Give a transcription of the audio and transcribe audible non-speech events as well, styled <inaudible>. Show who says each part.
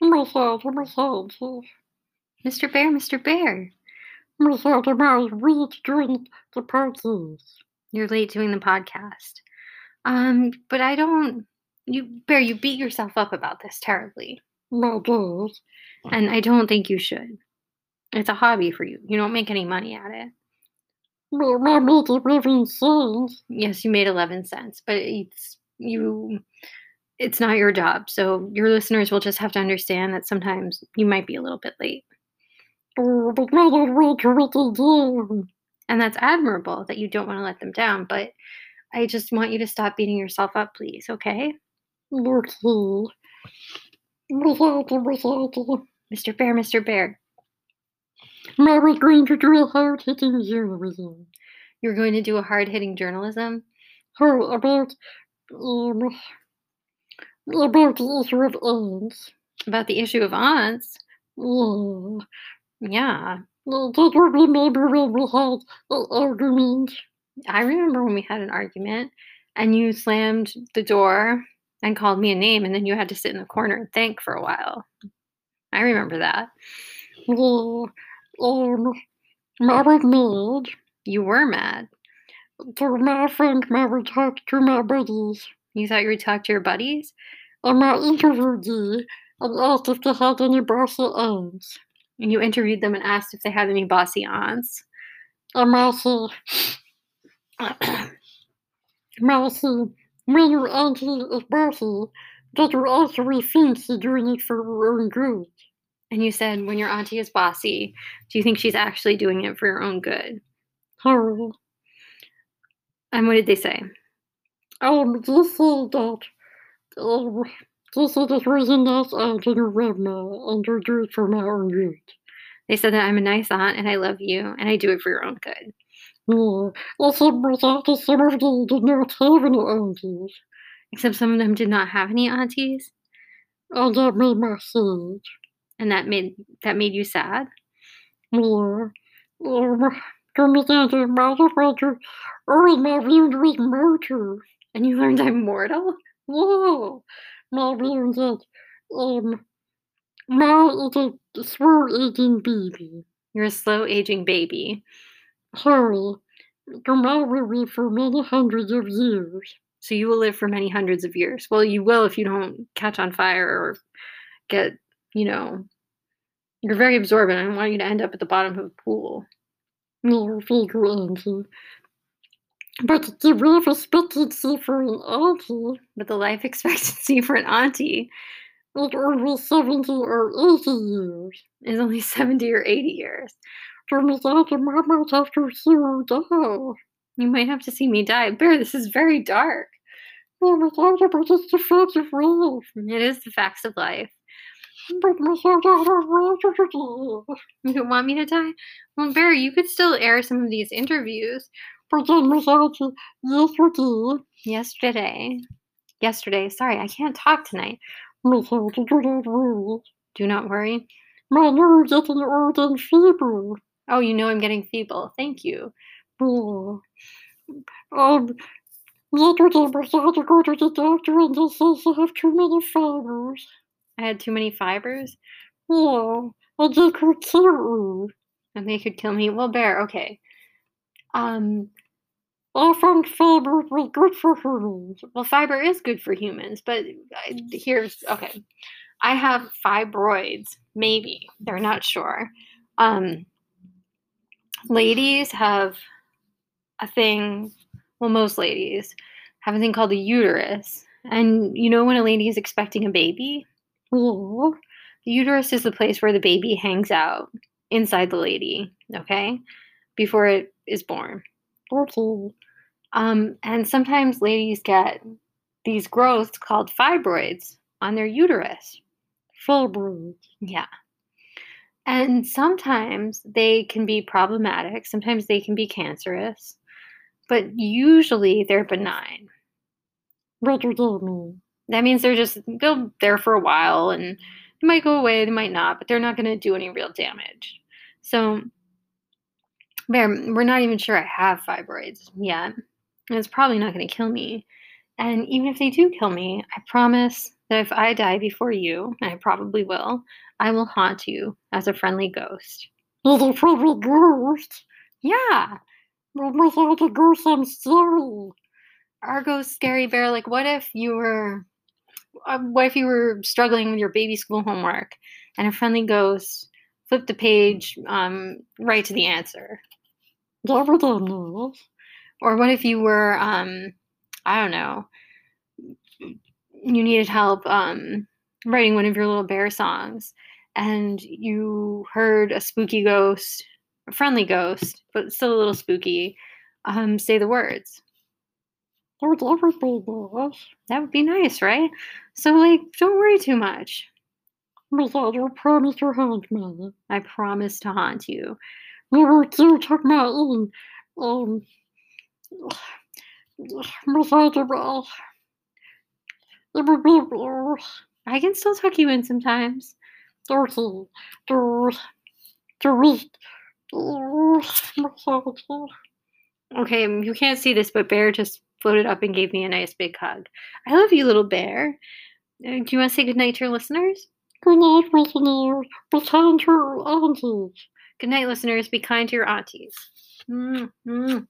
Speaker 1: my god, oh my god. oh. Mr. Bear, Mr. Bear. Oh my god, am I late doing the podcast? You're late doing the podcast. Um, but I don't. You, Bear, you beat yourself up about this terribly. My god. And I don't think you should. It's a hobby for you. You don't make any money at it. Well, I made 11 cents. Yes, you made 11 cents, but it's you it's not your job. So your listeners will just have to understand that sometimes you might be a little bit late. "Oh, And that's admirable that you don't want to let them down, but I just want you to stop beating yourself up, please, okay? Mr. Bear, Mr. Bear. I was going to do a hard hitting journalism. You're going to do a hard hitting journalism? Oh, about um, about the issue of aunts. About the issue of aunts?
Speaker 2: Yeah.
Speaker 1: Yeah.
Speaker 2: Well, Did you remember when we had an argument?
Speaker 1: I remember when we had an argument and you slammed the door and called me a name, and then you had to sit in the corner and think for a while. I remember that.
Speaker 2: Yeah. Um, I was
Speaker 1: You were mad.
Speaker 2: mad that my friend Mary talked to my buddies
Speaker 1: You thought you would talk to your buddies?
Speaker 2: and my interviewee and asked if they had any bossy aunts.
Speaker 1: And you interviewed them and asked if they had any bossy aunts.
Speaker 2: And I said, <coughs> Marcy, when your auntie is bossy, that your auntie thinks she's doing it for her own good.
Speaker 1: And you said, when your auntie is bossy, do you think she's actually doing it for your own good?
Speaker 2: Harry,
Speaker 1: And what did they say?
Speaker 2: um, they said that, um, they said that was a nice aunt and a grandma, and they do it for my own good.
Speaker 1: They said that I'm a nice aunt and I love you and I do it for your own good.
Speaker 2: Yeah, I said, but after some of them did not have any aunties,
Speaker 1: Except some of them did not have any aunties,
Speaker 2: and that made my sad.
Speaker 1: and that made that made you sad.
Speaker 2: Yeah. Um, can we get a motherfucker? Oh, my wound was murder.
Speaker 1: And you learned I'm mortal?
Speaker 2: Whoa! My wound is, um, now it's a swear eating baby.
Speaker 1: You're a slow aging baby.
Speaker 2: Harry, tomorrow will be for many hundreds of years.
Speaker 1: So you will live for many hundreds of years. Well, you will if you don't catch on fire or get, you know, you're very absorbent. I don't want you to end up at the bottom of a pool.
Speaker 2: Near figure auntie. But the life expectancy for an auntie
Speaker 1: But the life <laughs> expectancy for an auntie
Speaker 2: is only 70 or 80 years.
Speaker 1: is only 70 or 80 years.
Speaker 2: From that, my mouth after zero die.
Speaker 1: You might have to see me die. Bear, this is very dark.
Speaker 2: Well, my father was just a fact of life.
Speaker 1: It is the facts of life.
Speaker 2: But my father had a rather to do.
Speaker 1: <laughs> You don't want me to die? Well, Bear, you could still air some of these interviews.
Speaker 2: But then my father, yes, we did.
Speaker 1: Yesterday. Yesterday. Sorry, I can't talk tonight.
Speaker 2: My father did not worry.
Speaker 1: Do not worry.
Speaker 2: My new getting old and feeble.
Speaker 1: Oh, you know I'm getting feeble. Thank you.
Speaker 2: Yeah. Um, yesterday my father go to the doctor and they says I have too many fibers.
Speaker 1: I had too many fibers
Speaker 2: Yeah, and they could kill me.
Speaker 1: and they could kill me. Well, Bear, okay. Um,
Speaker 2: I found fibers were good for humans.
Speaker 1: well, fiber is good for humans, but I- here's okay. I have fibroids, maybe. They're not sure. Um, ladies have a thing, well, most ladies have a thing called the uterus. And you know when a lady is expecting a baby?
Speaker 2: Yeah.
Speaker 1: The uterus is the place where the baby hangs out inside the lady, okay? Before it is born.
Speaker 2: Okay.
Speaker 1: Um, and sometimes ladies get these growths called fibroids on their uterus.
Speaker 2: Fibers.
Speaker 1: Yeah. And sometimes they can be problematic, sometimes they can be cancerous, but usually they're benign.
Speaker 2: What does that mean?
Speaker 1: That means they're just they'll there for a while and they might go away, they might not, but they're not going to do any real damage. So Bear, we're not even sure I have fibroids yet. And it's probably not going to kill me. And even if they do kill me, I promise that if I die before you, and I probably will, I will haunt you as a friendly ghost.
Speaker 2: As a friendly ghost,
Speaker 1: Yeah.
Speaker 2: I'm without a ghost, I'm sorry.
Speaker 1: Argo Scary Bear, like, what if you were, uh, what if you were struggling with your baby school homework, and a friendly ghost flipped the page um, right to the answer?
Speaker 2: Never done that.
Speaker 1: Or what if you were, um, I don't know, you needed help um, writing one of your little bear songs, and you heard a spooky ghost, a friendly ghost, but still a little spooky, um, say the words.
Speaker 2: There's everything that.
Speaker 1: That would be nice, right? So, like, don't worry too much.
Speaker 2: Miss Andrew promised her hand me.
Speaker 1: I promise to haunt you.
Speaker 2: Never to took my in. Um, <sighs> Miss Andrew, uh, it would be, uh,
Speaker 1: I can still tuck you in sometimes.
Speaker 2: dirty. To, to read. Uh, Miss Andrew.
Speaker 1: Okay, um, you can't see this, but Bear just floated up and gave me a nice big hug. I love you, little Bear. Uh, Do you want to say goodnight to your listeners?
Speaker 2: Good night, Miss Andrew. Pretend to auntie.
Speaker 1: Mm-hmm. Good night, listeners. Be kind to your aunties. Mm, mm.